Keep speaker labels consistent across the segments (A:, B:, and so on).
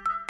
A: いつ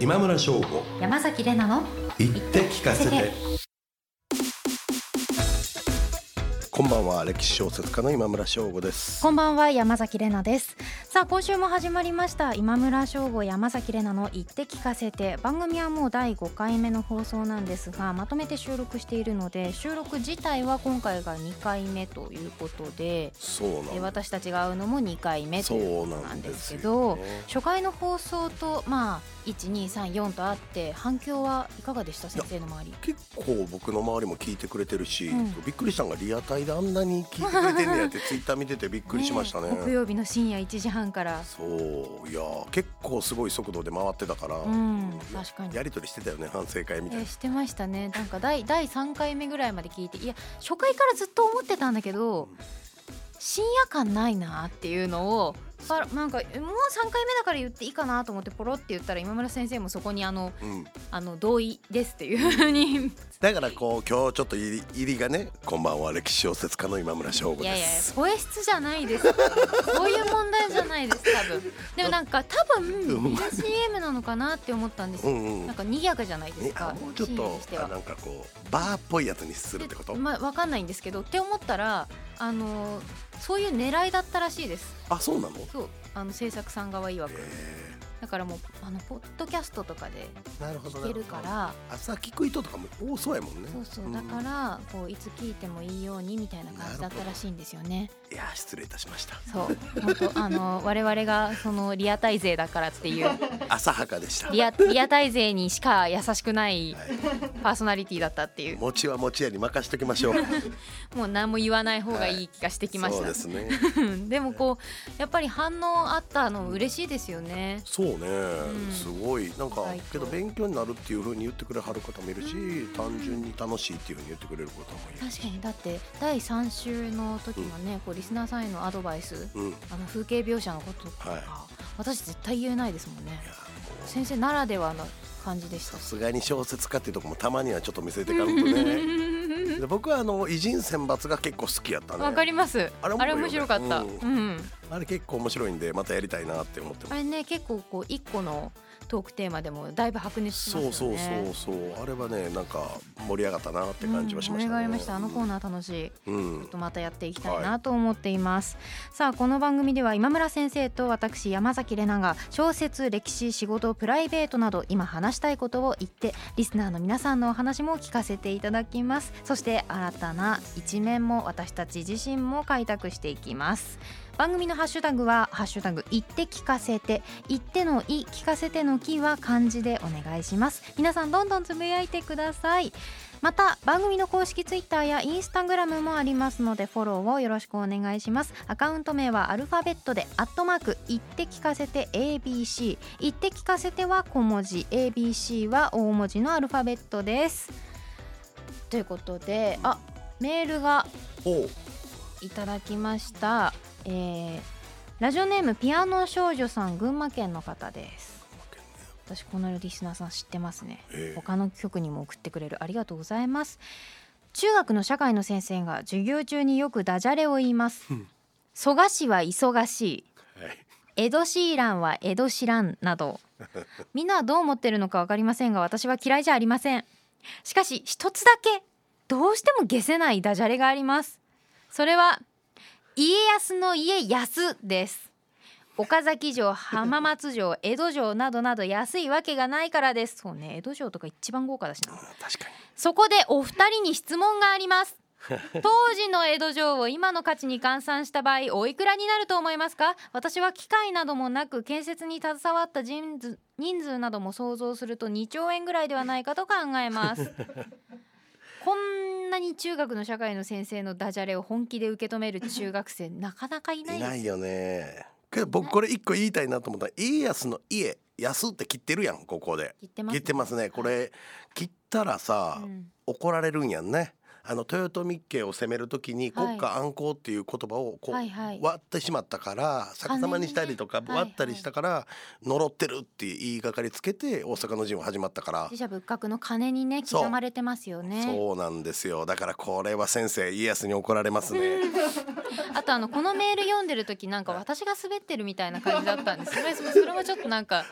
B: 今村翔吾
C: 山崎れなの
B: 言って聞かせてこんばんは歴史小説家の今村翔吾です
C: こんばんは山崎れなですさあ今週も始まりました今村翔吾山崎れなの言って聞かせて番組はもう第5回目の放送なんですがまとめて収録しているので収録自体は今回が2回目ということで
B: そう
C: え
B: なん
C: 私たちが会うのも2回目という
B: そう
C: こと
B: な
C: なんん
B: で
C: です
B: す
C: け
B: よ
C: ど
B: ね
C: 初回の放送とまあ1234とあって反響はいかがでした先生の周り
B: 結構僕の周りも聞いてくれてるし、
C: うん
B: びっくりしたのがリアタイであんなに聞いてくれてんねやって ツイッター見ててびっくりしましたね
C: え木曜日の深夜1時半から
B: そういやー結構すごい速度で回ってたから、
C: うん確かに
B: やりとりしてたよね反省会みたいな
C: えー、してましたねなんか第第3回目ぐらいまで聞いていや初回からずっと思ってたんだけど深夜感ないなっていうのをパラなんかもう3回目だから言っていいかなと思ってポロって言ったら今村先生もそこにあの
B: うん、
C: あの同意ですっていうふうに
B: だからこう今日ちょっと入り入りがねこんばんは歴史小説家の今村翔吾
C: い
B: で
C: やいや
B: す
C: 声質じゃないですそういう問題じゃないです多分でもなんか多
B: う
C: 分
B: ん
C: CM なのかなって思ったんです
B: う
C: よ
B: んうん
C: なんか賑やかじゃないです
B: ねあ
C: か
B: もうちょっ
C: CM
B: と
C: にして
B: あ
C: は
B: なんかこうバーっぽいやつにするってこと、
C: でまあ、わかんないんですけどって思ったらあのーそういう狙いだったらしいです
B: あそうなの、
C: そうあの制作さん側曰く
B: え
C: だからもうあのポッドキャストとかで
B: ー、なるほど
C: 聞けるか
B: なる
C: ら
B: ほど朝聞く人とかも多そうやもんね
C: そうそうだ
B: ん
C: からこういつ聞いてもいいようにみたいな感じだったらしいんですよね
B: いや失礼いたしました
C: そう本当あのー我々がそのリアタイ勢だからって いう
B: 浅はかでした
C: リアリアタイ勢にしか優しくない
B: はい
C: パーソナリティだったっていう
B: 餅は餅屋に任しときましょ う
C: もう何も言わない方がいい気がしてきまし
B: そう
C: た
B: です ね
C: でもこうやっぱり反応あったの嬉しいですよね
B: そうね、
C: ん
B: すごいなんか
C: 意外と
B: けど勉強になるっていう風に言ってくれはる方もいるし、
C: うん
B: 単純に楽しいっていう風に言ってくれる方もいる
C: 確かにだって第3週の時のね、こうリスナーさんへのアドバイス
B: うんいや
C: あの風景描写のこととか、
B: はい
C: 私絶対言えないですもんね
B: もう
C: 先生ならではの感じでした
B: さ
C: し
B: すがに小説家っていうとこもたまにはちょっと見せていかんとねで僕はあの偉人選抜が結構好きやったね
C: わかります
B: あ
C: あ
B: れ
C: れ
B: 面白いよね
C: 面白かった、
B: う
C: うんん
B: あれ結構面白いんでまたやりたいなって思って
C: あ
B: ます
C: れね結構こう1個のトークテーマでもだいぶ白熱しま
B: そう
C: すよ
B: そうそ
C: ね
B: うそうあれはねなんか盛り上がったなって感じはしましたね、
C: うん盛り上がりましたあのコーナー楽しい
B: うん、
C: ちょっとまたやっていきたいなと思っています、さあこの番組では今村先生と私山崎怜奈が小説歴史仕事プライベートなど今話したいことを言ってリスナーの皆さんのお話も聞かせていただきますそして新たな一面も私たち自身も開拓していきます番組のハッシュタグは「ハッシュタグ言って聞かせて」「言ってのい」「聞かせてのき」は漢字でお願いします皆さんどんどんつぶやいてくださいまた番組の公式ツイッターやインスタグラムもありますのでフォローをよろしくお願いしますアカウント名はアルファベットでアットマーク言って聞かせて ABC 言って聞かせては小文字 ABC は大文字のアルファベットですということであメールが
B: おう
C: いただきました、えーラジオネームピアノ少女さん群馬県の方です私このリスナーさん知ってますね
B: え
C: 他の局にも送ってくれるありがとうございます中学の社会の先生が授業中によくダジャレを言います
B: うん
C: 蘇我氏は忙しい
B: ーはい
C: 江戸シーランは江戸シランなどみんなはどう思ってるのかわかりませんが私は嫌いじゃありませんしかし一つだけどうしても消せないダジャレがありますそれは家康の家康です岡崎城浜松城江戸城などなど安いわけがないからですそうね江戸城とか一番豪華だしな
B: あ確かに
C: そこでお二人に質問があります 当時の江戸城を今の価値に換算した場合おいくらになると思いますか私は機械などもなく建設に携わった人数人数なども想像すると2兆円ぐらいではないかと考えます こんなに中学の社会の先生のダジャレを本気で受け止める中学生なかなかいない
B: い
C: です
B: ないよねけど僕これ一個言いたいなと思ったら家康の家安って切ってるやんここで
C: 言ってます
B: 切ってますねこれ切っったらさ、
C: うん
B: 怒られるんやんねあの豊臣家を攻める時に
C: はい
B: 国家安康っていう言葉をこう、
C: はいはい
B: 割ってしまったから逆さまにしたりとか
C: 完全にね
B: 割ったりしたから、呪ってるっていう言いがかりつけて大阪の陣は始まったから
C: 寺社仏閣の鐘にね
B: そう
C: 刻まれてますよね
B: そうなんですよだからこれは先生家康に怒られますね
C: あとあのこのメール読んでる時なんか私が滑ってるみたいな感じ だったんですよねそれそれもちょっとなんか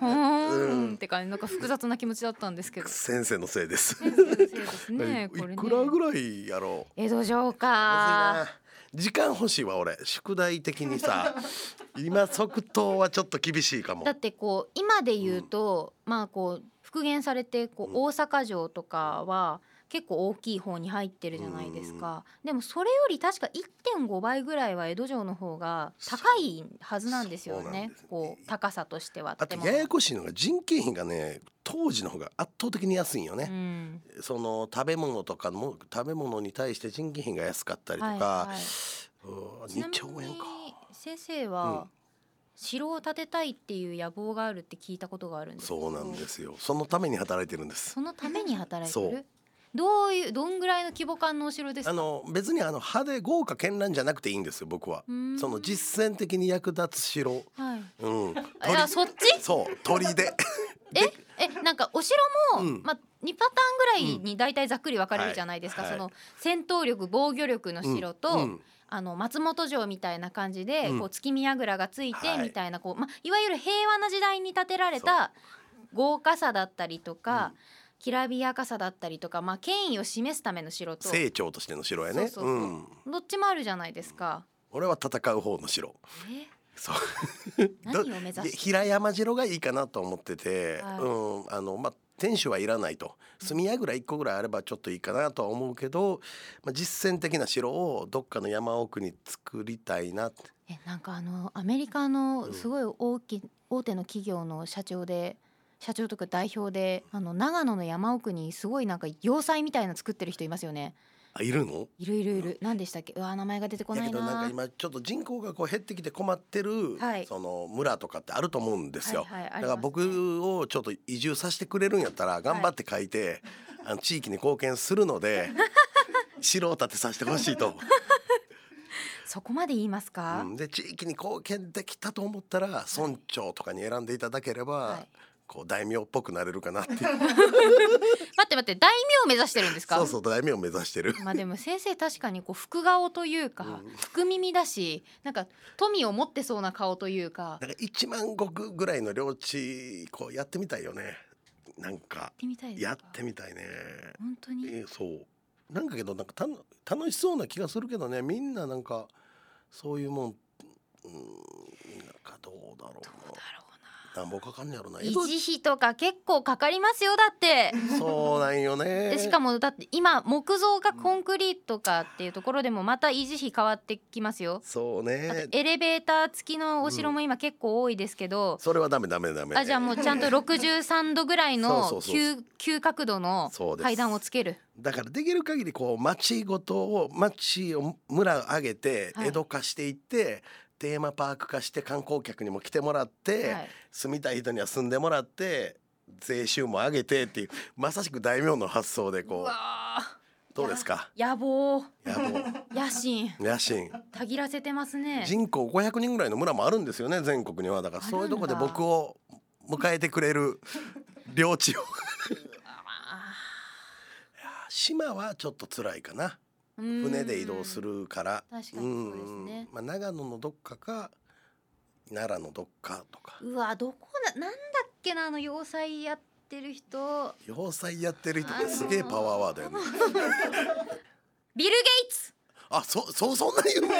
C: ほーんって感じなんか複雑な気持ちだったんですけど
B: 先生のせいです
C: そうですねこれね
B: いくらぐらいやろう
C: 江戸城
B: ま
C: か
B: ずいな時間欲しいわ俺宿題的に さ今即答はちょっと厳しいかも
C: だってこう今で言うと、まあこう復元されてこう
B: うん
C: 大阪城とかは結構大きい方に入ってるじゃないですか、でもそれより確か1.5倍ぐらいは江戸城の方が高いはずなんですよ
B: そうなん
C: ね
B: です
C: こう高さとしては
B: あと
C: 建物
B: ややこしいのが人件費がね当時の方が圧倒的に安いんよ
C: う
B: ね、
C: ん
B: その食べ物とかも食べ物に対して人件費が安かったりとか、
C: はいはい
B: うん
C: ちな
B: 2
C: み
B: 兆円
C: に
B: か
C: 先生
B: う
C: は
B: ん
C: 城を建てたいっていう野望があるって聞いたことがあるんですけど
B: そうなんですよそのために働いてるんです
C: そのために働いて
B: そ
C: る
B: う
C: どういうどんぐらいの規模感のお城ですか
B: あの別にあの派手豪華絢爛じゃなくていいんですよ僕は
C: うーん
B: その実践的に役立つ城
C: はい
B: うん
C: あいやそっち
B: そう鳥 で
C: えなんかお城も、
B: うん
C: まあ2パターンぐらいに大体ざっくり分かれるじゃないですか、
B: はい
C: その戦闘力防御力の城と、
B: うんうん
C: あの松本城みたいな感じで、
B: うん
C: こう月見櫓がついて
B: はい
C: みたいな、いこうまあ、いわゆる平和な時代に建てられた豪華さだったりとか、きらびやかさだったりとか、まあ、権威を示すための城と
B: 成長としての城やね
C: そうそうそう
B: うん
C: どっちもあるじゃないですか。
B: 俺は戦う方の城
C: え
B: そう
C: 何を目
B: で
C: 指して
B: 平山城がいいかなと思ってて、
C: はい
B: うんあのまあ天守はいらないと住屋ぐらい1個ぐらいあればちょっといいかなとは思うけど、まあ、実践的な城をどっかの山奥に作りたいなって
C: えなんかあのアメリカ
B: う
C: の
B: ん
C: すごい大き、大手の企業の社長で社長とか代表であの長野の山奥にすごいなんか要塞みたいなの作ってる人いますよね
B: あいるの
C: いるいるいる何でしたっけうわ名前が出てこ
B: や
C: な
B: け
C: い
B: ど
C: な
B: なんか今ちょっと人口がこう減ってきて困ってる、
C: はい
B: その村とかってあると思うんですよ。
C: はいはいあります
B: だから僕をちょっと移住させてくれるんやったら頑張って書いて、あの地域に貢献するので 城を建てさせてほしいと、
C: そこまで言いますか、
B: うんで地域に貢献できたと思ったら村長とかに選んでいただければ、
C: はい
B: こう大名っぽくなれるかなっていう
C: 待って待って大名を目指してるんですか
B: そうそう大名を目指してる。
C: まあでも先生確かにこう福顔というか、
B: うん
C: 福耳だしなんか富を持ってそうな顔というか
B: なんか1万石ぐらいの領地こうやってみたいよねなんか
C: やってみたいですか
B: やってみたいね。
C: 本当に
B: えーそうなんかけどなんかたの楽しそうな気がするけどねみんななんかそういうもんうんなんかどうだろう
C: どうだろうな
B: ななんぼかかんねやろな
C: 維
B: 江戸
C: 持費とか結構かかりますよだって。
B: そうなんよね
C: でしか
B: も
C: もだって今木造かコンクリートかっていうところでもまた維持費変わってきますよ。
B: そう
C: だっ
B: ね
C: てエレベーター付きのお城も今結構多いですけど、
B: それはダメダメダメ
C: あじゃあもうちゃんと63度ぐらい
B: そ
C: の
B: うそうそう
C: 急急角度の
B: そうです
C: 階段をつける。
B: だからできる限りこう町ごとを町を村上げて
C: はい
B: 江戸化していって、テーマパーク化して観光客にも来てもらって、
C: はい
B: 住みたい人には住んでもらって税収も上げてっていうまさしく大名の発想で
C: う
B: こう
C: わー
B: どうですか。
C: 野望
B: やも
C: 野心
B: う野心、
C: たぎらせてますね。
B: 人口500人ぐらいの村もあるんですよね、全国にはだから、
C: あるんだ
B: そういうとこで僕を迎えてくれる領地を。
C: あ
B: 島はちょっと辛いかな、
C: ーうーん
B: 船で移動するから。
C: 確かにそうですね
B: うんまあ、長野のどっかか、奈良のどっかとか。
C: うわどこななんだっけなあの要塞やってる人
B: 要塞やってる人ってすげえパワーワードやね。
C: ビル・ゲイツ
B: あ、そ、そう、そんな有名。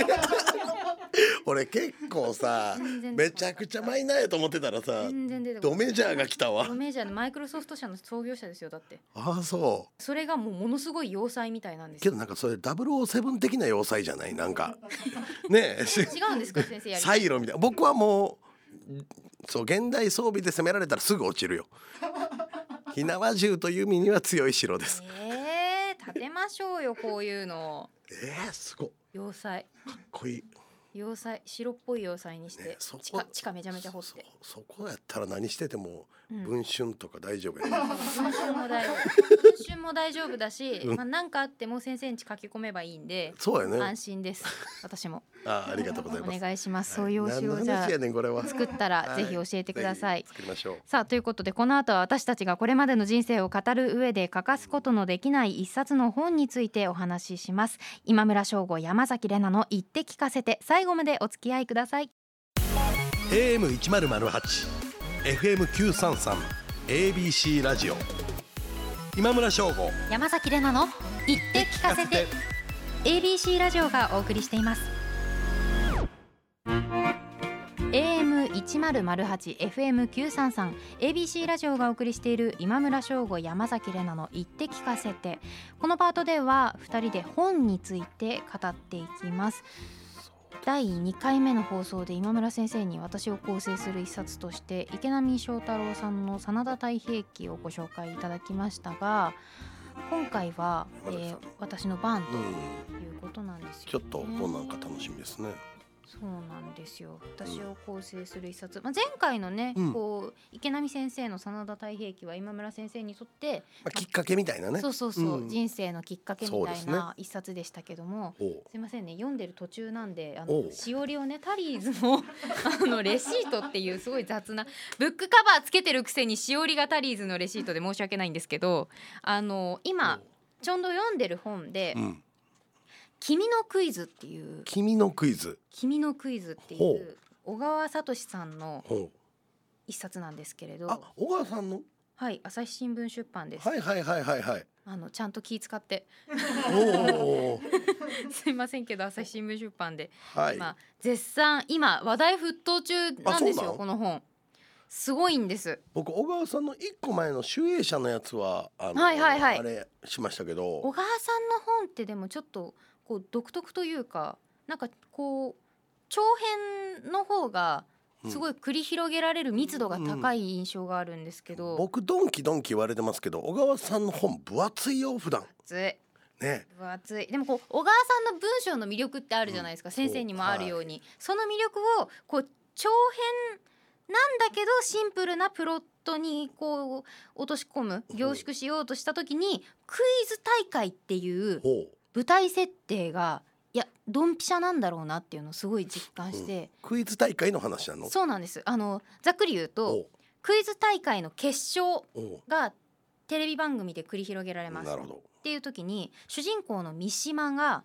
B: 俺結構さ
C: 全然、
B: めちゃくちゃマイナーやと思ってたらさ、
C: 全然出てこ
B: ド
C: ない
B: メジャーが来たわ
C: ド。メジャーのマイクロソフト社の創業者ですよだって
B: あ、そう。
C: それがもうものすごい要塞みたいなんです
B: け
C: よ
B: どなんかそれ007的な要塞じゃないなんかねえし
C: 違うんで すか先生やり
B: サイロみたいな僕はもうんそう現代装備で攻められたらすぐ落ちる よ火縄銃という意味には強い城です
C: えー、建てましょうよこういうの
B: えー、すごい
C: 要塞
B: かっこいい
C: 要塞白っぽい要塞にして、
B: ねそこ
C: 地下地下めちゃめちゃ掘って
B: そそこやったら何してても
C: うん
B: 文春とか大丈夫やね、
C: 文春も大丈夫文春も大丈夫だし、
B: うん
C: まあ何かあっても先生んち書き込めばいいんで
B: そうや
C: 安
B: ね
C: 心です私も
B: あありがとうござい
C: お
B: ます
C: 願いしますそういうお
B: はい
C: 城
B: 何
C: じ
B: の
C: ゃ
B: 話やねんこれは
C: あ作ったら
B: はい
C: ぜひ教えてください
B: ぜひ作りましょう
C: さあということでこの後は私たちがこれまでの人生を語る上で欠かすことのできない一冊の本についてお話しします今村翔吾山崎怜奈の言って聞かせて最後までお付き合いください
B: AM 一ゼロゼ八、FM 九三三、ABC ラジオ。今村翔吾。
C: 山崎怜奈の言って聞かせて ABC ラジオがお送りしています AM 一ゼロゼ八 FM 九三三 ABC ラジオがお送りしている今村翔吾山崎怜奈の言って聞かせてこのパートでは二人で本について語っていきます第2回目の放送で今村先生に私を構成する一冊として池波正太郎さんの「真田太平記」をご紹介いただきましたが今回は、え
B: 山崎
C: ー
B: さん
C: 私の番
B: う
C: と
B: ん、
C: いうことなんですよ、ね
B: ちょっとどうなんか楽しみですね。
C: そうなんですよ私を構成する一冊、まあ、前回のね、
B: うん
C: こう池波先生の「真田太平記」は今村先生にとって、
B: まあ、きっかけみたいなね。
C: そうそうそう、
B: うん
C: 人生のきっかけみ
B: そう
C: た
B: で
C: い
B: すね
C: な一冊でしたけども、
B: おう
C: すいませんね読んでる途中なんであ
B: お
C: の
B: う
C: しおりをねタリーズの あのレシートっていうすごい雑なブックカバーつけてるくせにしおりがタリーズのレシートで申し訳ないんですけどあの今ちょうど読んでる本で
B: うん、
C: 「君のクイズ」っていう
B: 君のクイズ。
C: 「君のクイズ」ってい
B: ほ
C: う小川聡さんの
B: ほ
C: 一冊なんですけれ
B: う
C: ど
B: あ、小川さんの。
C: はい朝日新聞出版です、
B: はいはいはいはい はい。
C: あのちゃんと気使って
B: おお。
C: すいませんけど朝日新聞出版で
B: はい。
C: まあ、絶賛今話題沸騰中なんです
B: あそうな
C: よ
B: の
C: この本すごいんです
B: 僕小川さんの一個前の集英社のやつは。あの
C: はいはいはい
B: あれしましたけ
C: 小
B: ど。
C: 川さんの本ってでもちょっとこう独特というかなんかこう長編の方がす
B: い。
C: ごい繰り広げられる密度が高い印象があるんですけど、
B: 僕ドンキドンキ言われてますけど、小川さんの本分厚いよ普段。
C: 熱い
B: ね。
C: 分厚いでもこう小川さんの文章の魅力ってあるじゃないですか、
B: うん
C: 先生にもあるようにそ,、の魅力をこう長編なんだけどシンプルなプロットにこう落とし込む
B: うん
C: 凝縮しようとした時にクイズ大会っていう
B: ほう。
C: 舞台設定がいやドンピシャなんだろうなっていうのをすごい実感して、
B: クイズ大会の話なの。
C: そうなんですあのざっくり言うと
B: お
C: クイズ大会の決勝
B: うおう
C: がテレビ番組で繰り広げられます
B: なるほど。
C: っていう時に主人公の三島が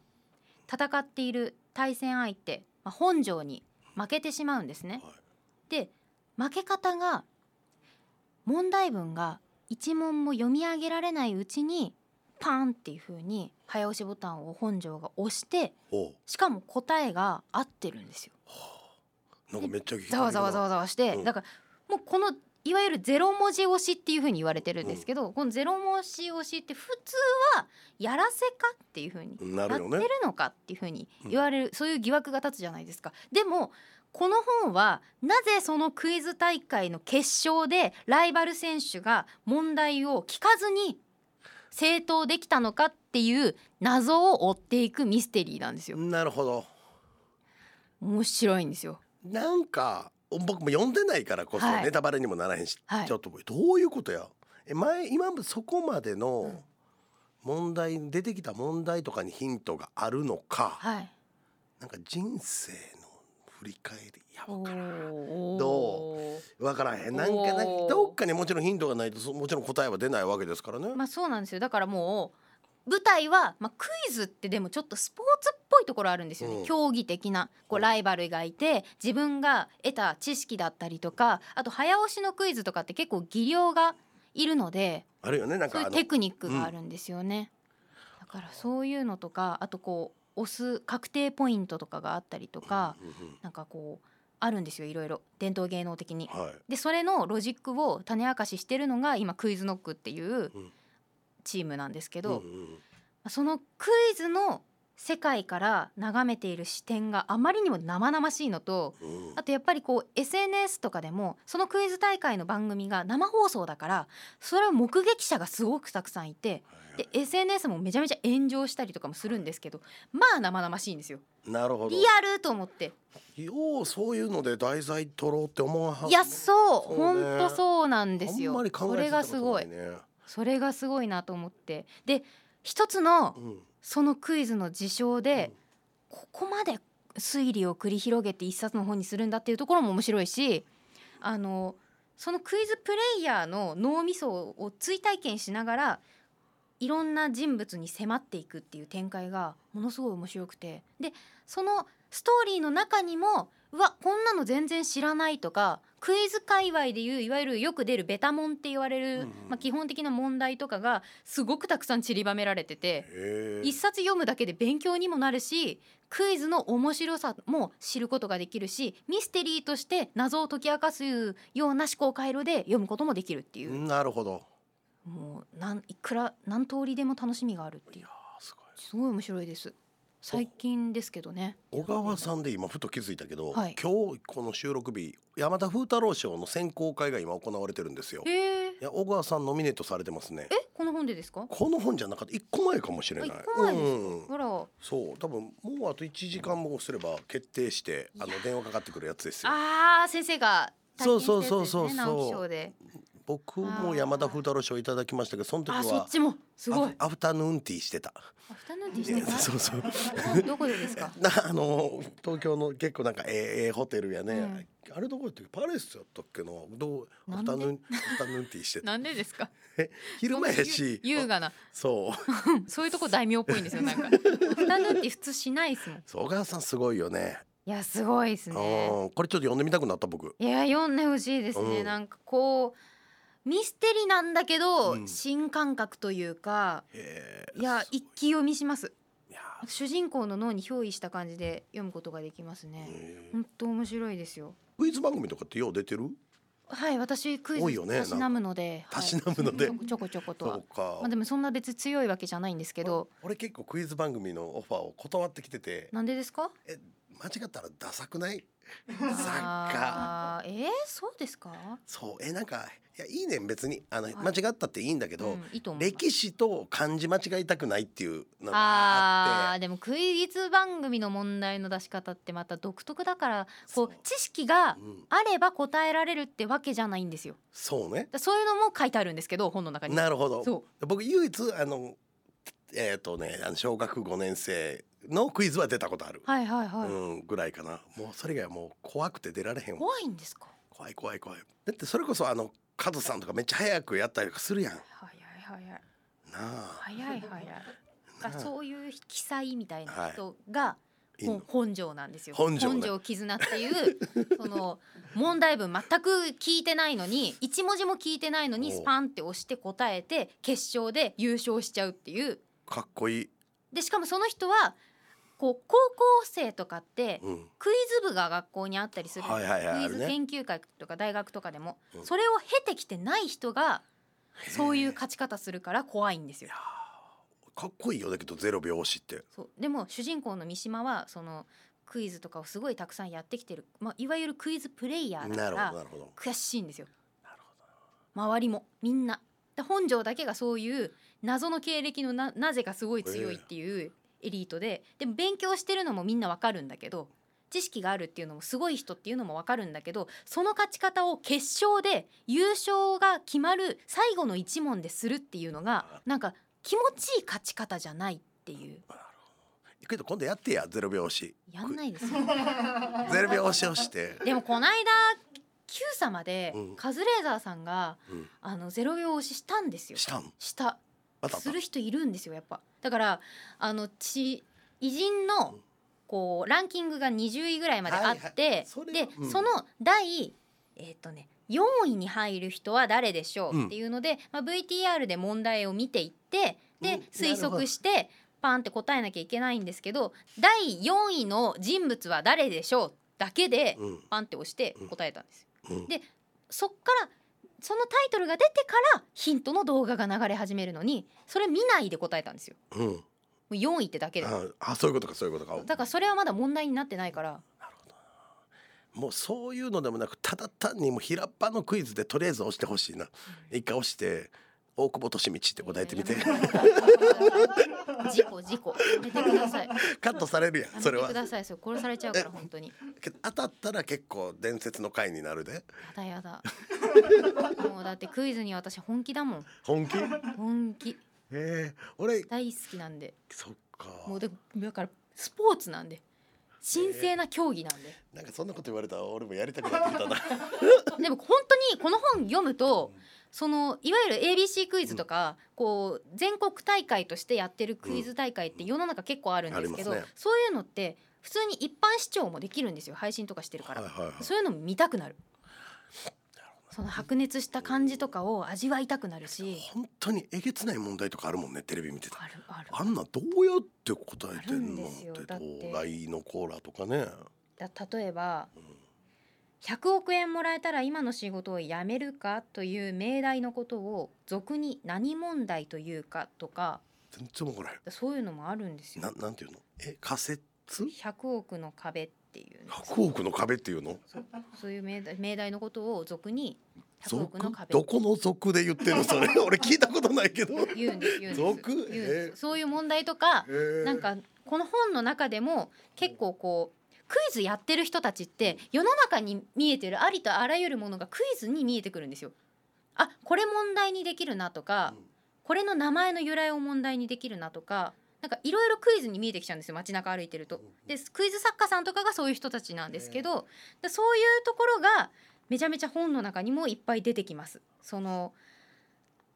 C: 戦っている対戦相手、まあ、本庄に負けてしまうんですね。
B: はい
C: で負け方が問題文が一問も読み上げられないうちにパーンっていう風に早押しボタンを本庄が押して
B: おう
C: しかも答えが合ってるんですよ。
B: なんかめっちゃ聞きたい
C: ざわざわざわざわして、
B: うん
C: だからもうこのいわゆるゼロ文字押しっていう風に言われてるんですけど、このゼロ文字押しって普通はやらせかっていう風に
B: な
C: や
B: る
C: って
B: よ
C: る
B: ね。
C: のかっていうふうに言われる、そういう疑惑が立つじゃないですか。でもこの本はなぜそのクイズ大会の決勝でライバル選手が問題を聞かずに正答できたのかっていう謎を追っていくミステリーなんですよ。
B: なるほど。
C: 面白いんですよ。
B: なんか僕も読んでないからこそ
C: はい
B: ネタバレにもならへんし、
C: はい
B: ちょっとどういうことや。え前今もそこまで
C: う
B: の
C: ん
B: 問題、出てきた問題とかにヒントがあるのか、
C: はい。
B: なんか人生の振り返りや
C: お
B: わからん
C: ー
B: どわからへん。なんかなんか
C: おー
B: どっかにもちろんヒントがないとそもちろん答えは出ないわけですからね。
C: まあそうなんですよだからもう舞台は、まあ、クイズってでもちょっとスポーツっぽいところあるんですよね、
B: うん
C: 競技的なこ
B: う
C: うんライバルがいて自分が得た知識だったりとかあと早押しのクイズとかって結構技量がいるので
B: あるよねなん
C: そ
B: か
C: うい
B: あ
C: う
B: の
C: テクニックがあるんですよね、だからそういうのとかあとこう押す確定ポイントとかがあったりとか、
B: うんうん
C: なんかこうあるんですよいろいろ伝統芸能的に。
B: うんはい。
C: でそれのロジックを種明かししてるのが今クイズノックっていうチームなんですけど、
B: うんうん
C: そのクイズの世界から眺めている視点があまりにも生々しいのと
B: うん
C: あとやっぱりこう SNS とかでもそのクイズ大会の番組が生放送だからそれを目撃者がすごくたくさんいてで SNS もめちゃめちゃ炎上したりとかもするんですけどまあ生々しいんですよ
B: なるほど
C: リアルと思って
B: ようそういうので題材取ろうって思わはん
C: いやそう
B: そう
C: 本
B: ね
C: 当そうなんで
B: あ
C: す
B: ん
C: よ
B: まり考
C: そ
B: え
C: れ
B: てたこ
C: が
B: と
C: すご
B: ない
C: い
B: ね
C: それがすごいなと思ってで一つの
B: うん
C: そのクイズの事象でここまで推理を繰り広げて一冊の本にするんだっていうところも面白いしあのそのクイズプレイヤーの脳みそを追体験しながらいろんな人物に迫っていくっていう展開がものすごい面白くてでそのストーリーの中にもうわこんなの全然知らないとかクイズ界隈でいういわゆるよく出るベタモンって言われる、
B: うんうん
C: まあ、基本的な問題とかがすごくたくさん散りばめられてて。
B: へえ
C: 一冊読むだけで勉強にもなるしクイズの面白さも知ることができるしミステリーとして謎を解き明かすような思考回路で読むこともできるっていう、
B: なるほど
C: もうなんいくら何通りでも楽しみがあるって
B: い
C: いう
B: やーすごい
C: すごい面白いです最近ですけどね
B: 小川さんで今ふと気づいたけど、
C: はい
B: 今日この収録日山田風太郎賞の選考会が今行われてるんですよ
C: へえ
B: いや小川さんノミネートされてますね
C: えこの本でですか
B: この本じゃなかった一個前かもしれない
C: あ一個前ですか
B: うん
C: ほら
B: そう多分もうあと1時間もすれば決定してあの電話かかってくるやつですよ
C: あー先生が体験したやつですね
B: そうそうそうそう
C: 直木賞で
B: 僕も山田風太郎賞いただきましたけどその時
C: あそ
B: は
C: っちもすごい
B: アフタヌーンティーしてた
C: アフタヌーンティー
B: い
C: して
B: や
C: た
B: そうそう
C: どこでですか
B: なあの東京の結構なんかええええホテルやね、
C: うん
B: あれどこやったっけパレスやったっけなどうアフタ
C: なんで
B: ヌーンアフタヌーンティーしてた
C: なんでですか
B: 昼間やし
C: 優優雅な
B: そう
C: そういうとこ大名っぽい んですよなんかアフタヌーンティー普通しないですもんい
B: そう小川さんすごいよね
C: やすごいですね
B: うんこれちょっと読んでみたくなった僕
C: いや読んでほしいですね、
B: うん
C: なんかこうミステリなんだけど、
B: うん
C: 新感覚というか
B: へえ
C: いや一気読みします
B: いや
C: 主人公の脳に憑依した感じで読むことができますね、
B: へえ
C: ほんと面白いですよ
B: クイズ番組とかってよう出てる
C: はい私クイズ
B: 多いよね
C: たしなむので
B: たしなむので
C: はいちょこちょこと
B: そ
C: は
B: うか、
C: まあでもそんな別に強いわけじゃないんですけど
B: 俺結構クイズ番組のオファーを断ってきてて
C: なんでですか
B: え間違ったらダサくない
C: あ
B: サッカー
C: ーえー、そうですか
B: そうえなんかいやいいねん別にあの、
C: い
B: 間違ったっていいんだけど、
C: うん、いいと思います
B: 歴史と漢字間違いたくないっていうのがあ
C: あー
B: って
C: でもクイズ番組の問題の出し方ってまた独特だからこう
B: そう
C: 知識が
B: うん、
C: あれば答えられるってわけじゃないんですよ
B: そうね
C: だそういうのも書いてあるんですけど本の中に
B: なるほど
C: そう
B: 僕唯一あのえっ、とねあの小学5年生のクイズは出たことある、
C: はいはいはい、
B: うん、ぐらいかなもうそれ以外はもう怖くて出られへんわ
C: 怖いんですか
B: 怖い怖い怖いだってそれこそあのカズさんとかめっちゃ早くやったりとかするやんな
C: 早い早い
B: あ
C: 早い早い
B: な
C: だ
B: あ
C: からそういう記載みたいな人が
B: いい
C: 本
B: の
C: 本性なんですよ
B: 本性ね
C: 絆っていう その問題文全く聞いてないのに一文字も聞いてないのに
B: おう
C: スパンって押して答えて決勝で優勝しちゃうっていう
B: かっこいい、
C: でしかもその人はこう高校生とかって
B: うん、
C: クイズ部が学校にあったりするんですよ、
B: はいはいはいある
C: クイズ
B: ね
C: 研究会とか大学とかでも、
B: うん
C: それを経てきてない人がそういう
B: へえ
C: 勝ち方するから怖いんですよ。
B: かっこいいよだけどゼロ秒押しって
C: そうでも主人公の三島はそのクイズとかをすごいたくさんやってきてる、まあ、いわゆるクイズプレイヤー
B: なる
C: だか
B: ほど
C: ら
B: なるほど
C: 悔しいんですよ
B: なるほど
C: 周りもみんな。で本庄だけがそういう謎の経歴のななぜかすごい強いっていうエリートででも勉強してるのもみんなわかるんだけど知識があるっていうのもすごい人っていうのもわかるんだけどその勝ち方を決勝で優勝が決まる最後の一問でするっていうのがなんか気持ちいい勝ち方じゃないっていう
B: けど今度やってやゼロ秒 押し
C: やんな いですよ
B: ゼロ秒押し押して
C: でもこの間『Q さま』で
B: うん
C: カズレーザーさんが、
B: うん
C: あのゼロ秒押ししたんですよ
B: したん
C: した
B: 当たった
C: する人いるんですよやっぱだからあのち偉人の
B: うん
C: こうランキングが20位ぐらいまであって、
B: はいはいそれは
C: で、
B: うん
C: その第えっ、とね4位に入る人は誰でしょ
B: う
C: うんっていうので、まあ、VTR で問題を見ていって
B: う
C: で
B: ん
C: 推
B: なるほ
C: 測
B: ど
C: してパンって答えなきゃいけないんですけど第4位の人物は誰でしょうだけで
B: うん
C: パンって押して答えたんですよ。
B: うん
C: でそっからそのタイトルが出てからヒントの動画が流れ始めるのにそれ見ないで答えたんですよ
B: うん
C: う4位ってだけで
B: ああそういうことかそういうことか
C: だからそれはまだ問題になってないから
B: もうそういうのでもなくただ単にもう平っ端のクイズでとりあえず押してほしいな一回押して大久保利道って答えてみ て
C: 事故事故やめてくださいや
B: カットされる やんそれ
C: めて
B: は
C: くださいそれ殺されちゃうから本当に
B: けど当たったら結構伝説の回になるで
C: やだやだもうだってクイズに私本気だもん
B: 本 気
C: 本気
B: えー、俺
C: 大好きなんで
B: そっ
C: もう
B: か
C: でだからスポーツなんで神聖な競技なんで、
B: なんかそんなこと言われたら俺もやりたくなって きたな
C: でも本当にこの本読むとそのいわゆる ABC クイズとか、こう全国大会としてやってるクイズ大会って世の中結構あるんですけど、
B: ありますね
C: そういうのって普通に一般視聴もできるんですよ配信とかしてるから、
B: はいはいはい
C: そういうの見たくなるその白熱した感じとかを味わいたくなるし
B: 本当にえげつない問題とかあるもんねテレビ見てたら
C: あるある
B: あんなどうやって答えてんの
C: あ
B: っ
C: るんですよ
B: て
C: だって
B: 東大のコーラとかね
C: だ例えば
B: うん
C: 100億円もらえたら今の仕事を辞めるかという命題のことを俗に何問題というかとか
B: 全然わからへ
C: そういうのもあるんです
B: ん
C: よ
B: な。なんていうのえ仮説
C: 100億の壁っていうね
B: 100億の壁っていうの
C: そういう命題命題のことを俗に100億
B: 族
C: の壁
B: どこの族で言ってるの それ俺聞いたことないけど
C: 言うんです言うんです
B: 俗
C: 言うんです
B: えー
C: そういう問題とかなんかこの本の中でも結構こうクイズやってる人たちって世の中に見えてるありとあらゆるものがクイズに見えてくるんですよ。あこれ問題にできるなとか
B: うん
C: これの名前の由来を問題にできるなとかなんかいろいろクイズに見えてきちゃうんですよ街中歩いてると。でクイズ作家さんとかがそういう人たちなんですけどでそういうところがめちゃめちゃ本の中にもいっぱい出てきます。その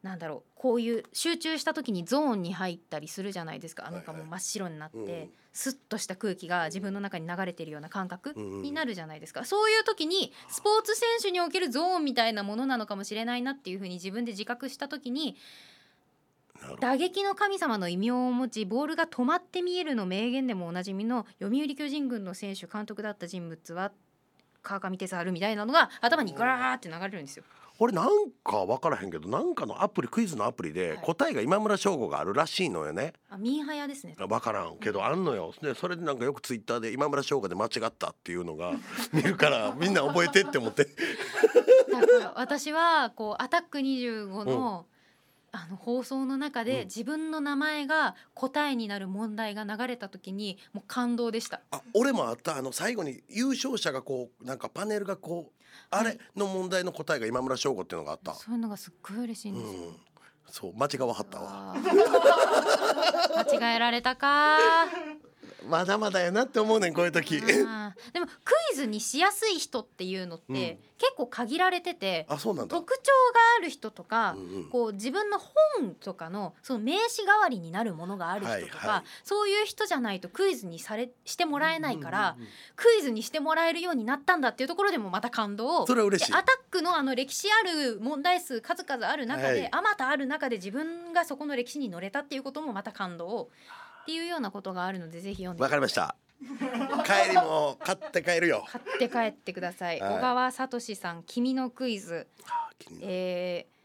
C: なんだろうこういう集中した時にゾーンに入ったりするじゃないですかあなんかもう真っ白になって、
B: はいはいうん
C: スッとした空気が自分の中に流れてるような感覚
B: うん
C: になるじゃないですか、そういう時にスポーツ選手におけるゾーンみたいなものなのかもしれないなっていうふうに自分で自覚した時に
B: なるほど
C: 打撃の神様の異名を持ちボールが止まって見えるの名言でもおなじみの読売巨人軍の選手監督だった人物は川上哲治みたいなのが頭にガラーって流れるんですよ。
B: 俺なんか分からへんけどなんかのアプリクイズのアプリで
C: はい
B: 答えが今村翔吾があるらしいのよね
C: あミーハヤですね
B: 分からんけどあんのよでそれでなんかよくツイッターで今村翔吾で間違ったっていうのが見るからみんな覚えてって思って
C: だから私はこう「アタック25の」あの放送の中
B: うん
C: で自分の名前が答えになる問題が流れた時にもう感動でした。
B: あ俺もあったあの最後に優勝者がこうなんかパネルがこうあれの問題の答えが今村翔吾っていうのがあった
C: そういうのがすっごい嬉しい
B: うん
C: ですよ。
B: んそう間違わはったわ
C: あー間違えられたかー
B: まだまだやなって思うねんこういう時
C: あーでもクイズにしやすい人っていうのっ
B: うん
C: て結構限られてて、
B: あそうなんだ
C: 特徴がある人とか、
B: うんうん
C: こう自分の本とかのその名刺代わりになるものがある人とか、
B: はいはい
C: そういう人じゃないとクイズにされしてもらえないから、
B: うんうんうん
C: クイズにしてもらえるようになったんだっていうところでもまた感動
B: それは嬉しい
C: でアタックのあの歴史ある問題数数々ある中
B: はい
C: であまたある中で自分がそこの歴史に乗れたっていうこともまた感動っていうようなことがあるのでぜひ読んで
B: わかりま した帰りも買って帰るよ
C: 買って帰ってください、
B: はい
C: 小川聡さん「君のクイズ」
B: あ気になる
C: えー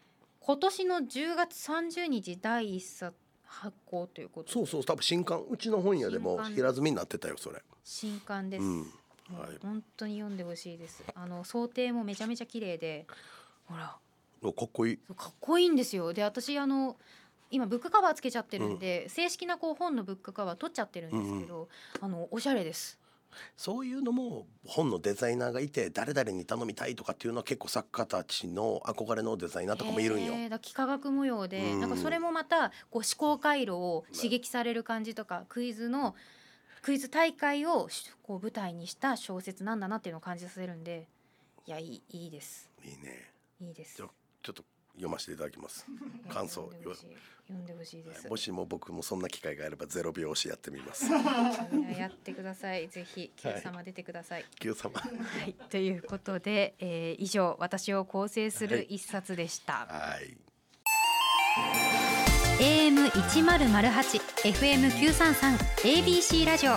C: 今年の10月30日第一冊発行ということ
B: そうそう多分新刊うちの本屋でも
C: 新刊
B: 平積みになってたよそれ
C: 新刊です、
B: うん
C: もう
B: はい
C: 本当に読んでほしいですあの想定もめちゃめちゃ綺麗でほら
B: おかっこいい
C: そうかっこいいんですよで私あの今ブックカバーつけちゃってるんで、正式なこう本のブックカバー取っちゃってるんですけど、あのおしゃれです
B: そういうのも本のデザイナーがいて誰々に頼みたいとかっていうのは結構作家たちの憧れのデザイナーとかもいるんよ
C: へーだから幾何学模様で、
B: うん
C: なんかそれもまたこう思考回路を刺激される感じとか、クイズのクイズ大会をしこう舞台にした小説なんだなっていうのを感じさせるんでいやいいいいです
B: いいね
C: いいです
B: じゃあちょっと読ませていただきます感想
C: 読んでほしい読んでほしいです
B: もしも僕もそんな機会があればゼロ秒押しやってみます
C: いややってくださいぜひ Q
B: はい
C: 様出てください、
B: Q 様
C: はいということで、えー以上私を構成す
B: は
C: る
B: い
C: 一冊でした、
B: はい。
C: AM 一ゼロゼロ八 FM 九三三 ABC ラジオ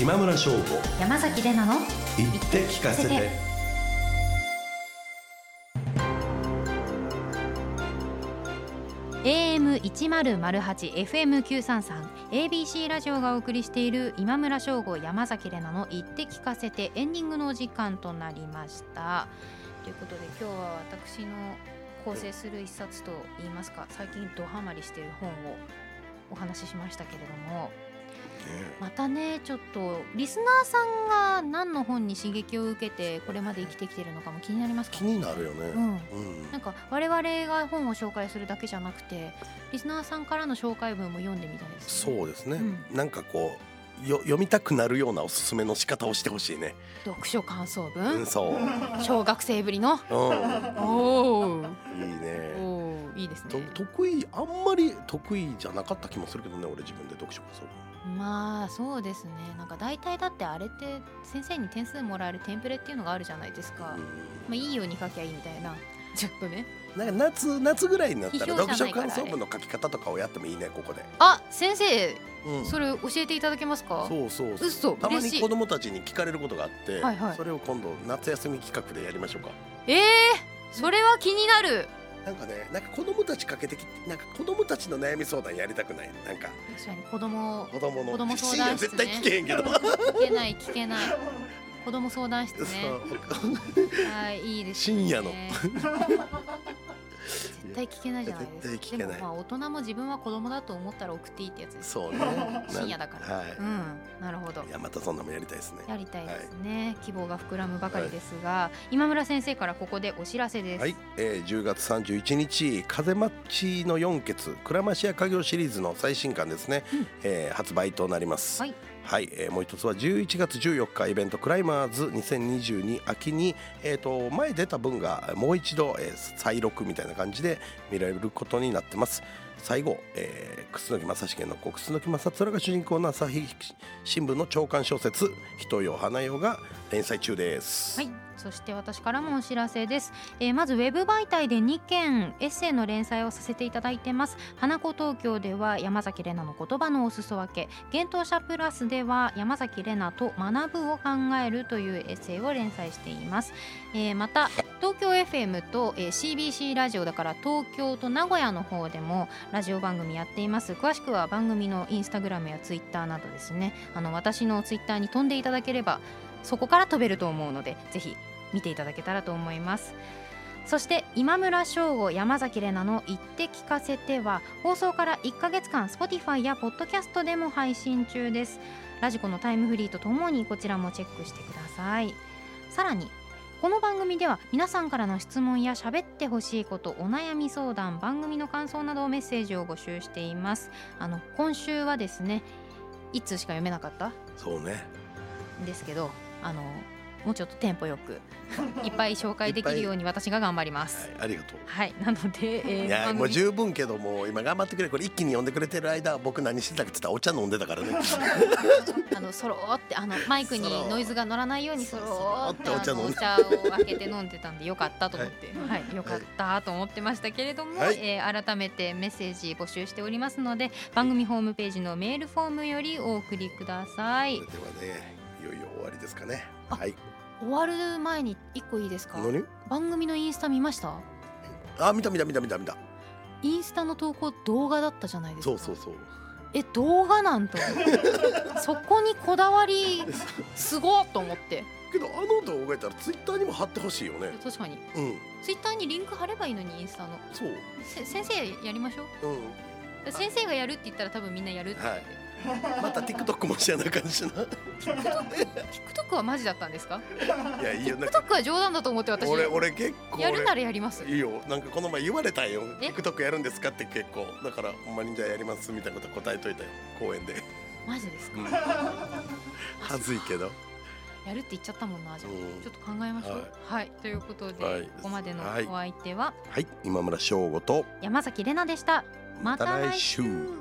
B: 今村翔吾
C: 山崎れなの
B: 言って聞か
C: せて「AM 1008FM933 ABC ラジオがお送りしている今村翔吾山崎怜奈の言って聞かせてエンディングのお時間となりましたということで今日は私の構成する一冊と言いますか最近ドハマりしている本をお話ししましたけれどもまたねちょっとリスナーさんが何の本に刺激を受けてこれまで生きてきてるのかも気になりますか
B: 気になるよね、
C: うん
B: うん
C: なんか我々が本を紹介するだけじゃなくてリスナーさんからの紹介文も読んでみたいですね、
B: そうですね、
C: う
B: なんかこうよ読みたくなるようなおすすめの仕方をしてほしいね、
C: 読書感想
B: う
C: 文
B: ん、そう、うん、
C: 小学生ぶりの おー
B: いいね
C: おーいいです
B: と
C: ね
B: 得意あんまり得意じゃなかった気もするけどね俺自分で読書感想
C: まあそうですねなんか大体だってあれって先生に点数もらえるテンプレっていうのがあるじゃないですか、
B: 文、
C: まあ、いいように書きゃいいみたいなちょっとね
B: うん、なんか夏夏ぐらいになったら
C: 批評じゃな
B: 読
C: い
B: 書
C: から
B: 感想文の書き方とかをやってもいいねここで、
C: あ先生
B: うん、
C: それ教えていただけますか
B: そうそうそう
C: 嘘
B: たま
C: 嬉し
B: に
C: い
B: 子供たちに聞かれることがあって、
C: はいはい
B: それを今度夏休み企画でやりましょうか
C: えー、それは気になる
B: なんかねなんか子供たちかけてきなんか子供たちの悩み相談やりたくないなんか
C: 確かに子供
B: 子供の
C: 子供
B: 深
C: 相
B: 夜
C: 談室ね
B: 絶対聞けへんけど、
C: 聞けない聞けない子供相談室ね
B: そう
C: はいいいですね
B: 深夜の
C: 絶対聞けないじゃないですか
B: 絶対聞けない
C: でもまあ大人も自分は子供だと思ったら送っていいってやつです
B: そうね
C: 深夜だから
B: はい、
C: うんなるほど
B: いやまたそんなもんやりたいですね
C: やりたいですね、希望が膨らむばかりですが、今村先生からここでお知らせです、
B: はい、えー、10月31日「風待ちの4傑鞍馬シア家業シリーズ」の最新刊ですね、
C: うん
B: えー発売となります
C: はい、
B: はいえーもう一つは11月14日イベント「クライマーズ2022秋に」えーと前出た分がもう一度、えー再録みたいな感じで見られることになってます最後、えー、楠木正成の子楠木正虎が主人公の朝日新聞の長官小説「人よ花よ」が連載中です、
C: はい、そして私からもお知らせです、えーまずウェブ媒体で2件エッセイの連載をさせていただいてます花子東京では山崎怜奈の言葉のお裾分け幻冬舎プラスでは山崎怜奈と学ぶを考えるというエッセイを連載しています、えーまた東京 FM と、えー CBC ラジオだから東京と名古屋の方でもラジオ番組やっています詳しくは番組のインスタグラムやツイッターなどですねあの私のツイッターに飛んでいただければそこから飛べると思うのでぜひ見ていただけたらと思いますそして今村翔吾山崎怜奈の「言って聞かせては」放送から1ヶ月間 Spotify や Podcast でも配信中ですラジコのタイムフリーとともにこちらもチェックしてくださいさらにこの番組では皆さんからの質問や喋ってほしいことお悩み相談番組の感想などメッセージを募集していますあの今週はですね一通しか読めなかった
B: そうね
C: ですけどあのもうちょっとテンポよ くいっぱい紹介できるように私が頑張ります。
B: はい、ありがとう
C: はい、なので、えー
B: いや
C: 番
B: もう
C: 組
B: 十分けどもう今頑張ってくれこれ一気に呼んでくれてる間僕何してたかって言ったらお茶飲んでたから ね
C: あのそろーってあのマイク
B: そろ
C: に
B: ー
C: ノイズが乗らないようにそ
B: そ
C: ろ
B: ろ
C: ーってあ
B: そろ
C: の
B: ー
C: お
B: って
C: 茶を開けて飲んでたんでよかったと思って、はい、よかったと思ってましたけれども、
B: はい
C: えー改めてメッセージ募集しておりますので番組ホームページのメールフォームよりお送りください
B: そ。れではねいよいよ終わりですかね
C: あ
B: はい
C: 終わる前に一個いいですか？
B: 何
C: 番組のインスタ見ました？
B: あ見た見た見た見た見た
C: インスタの投稿動画だったじゃないです
B: そ
C: か
B: うそうそう
C: え動画なんと そこにこだわりすごっと思って
B: けどあの動画やったらツイッターにも貼ってほしいよね
C: 確かに
B: うん
C: ツイッターにリンク貼ればいいのにインスタの
B: そう
C: せ先生やりましょう
B: うん
C: 先生がやるって言ったら多分みんなやるって言っ
B: はいまた TikTok も知らない感じし な
C: て TikTok はマジだったんですか
B: いやいいよなんか
C: TikTok は冗談だと思って私
B: 俺俺結構
C: やるな
B: 俺
C: らやります
B: いいよなんかこの前言われたんよ
C: え
B: TikTok やるんですかって結構だからほんまにじゃあやりますみたいなこと答えといたよ公園で
C: マジですか
B: うん恥ずいけど
C: やるって言っちゃったもんなじゃあ
B: うん
C: ちょっと考えましょうはい、ということで、
B: はい
C: ここまでの
B: はい
C: お相手は
B: はい今村翔吾と
C: 山崎れなでしたまた来週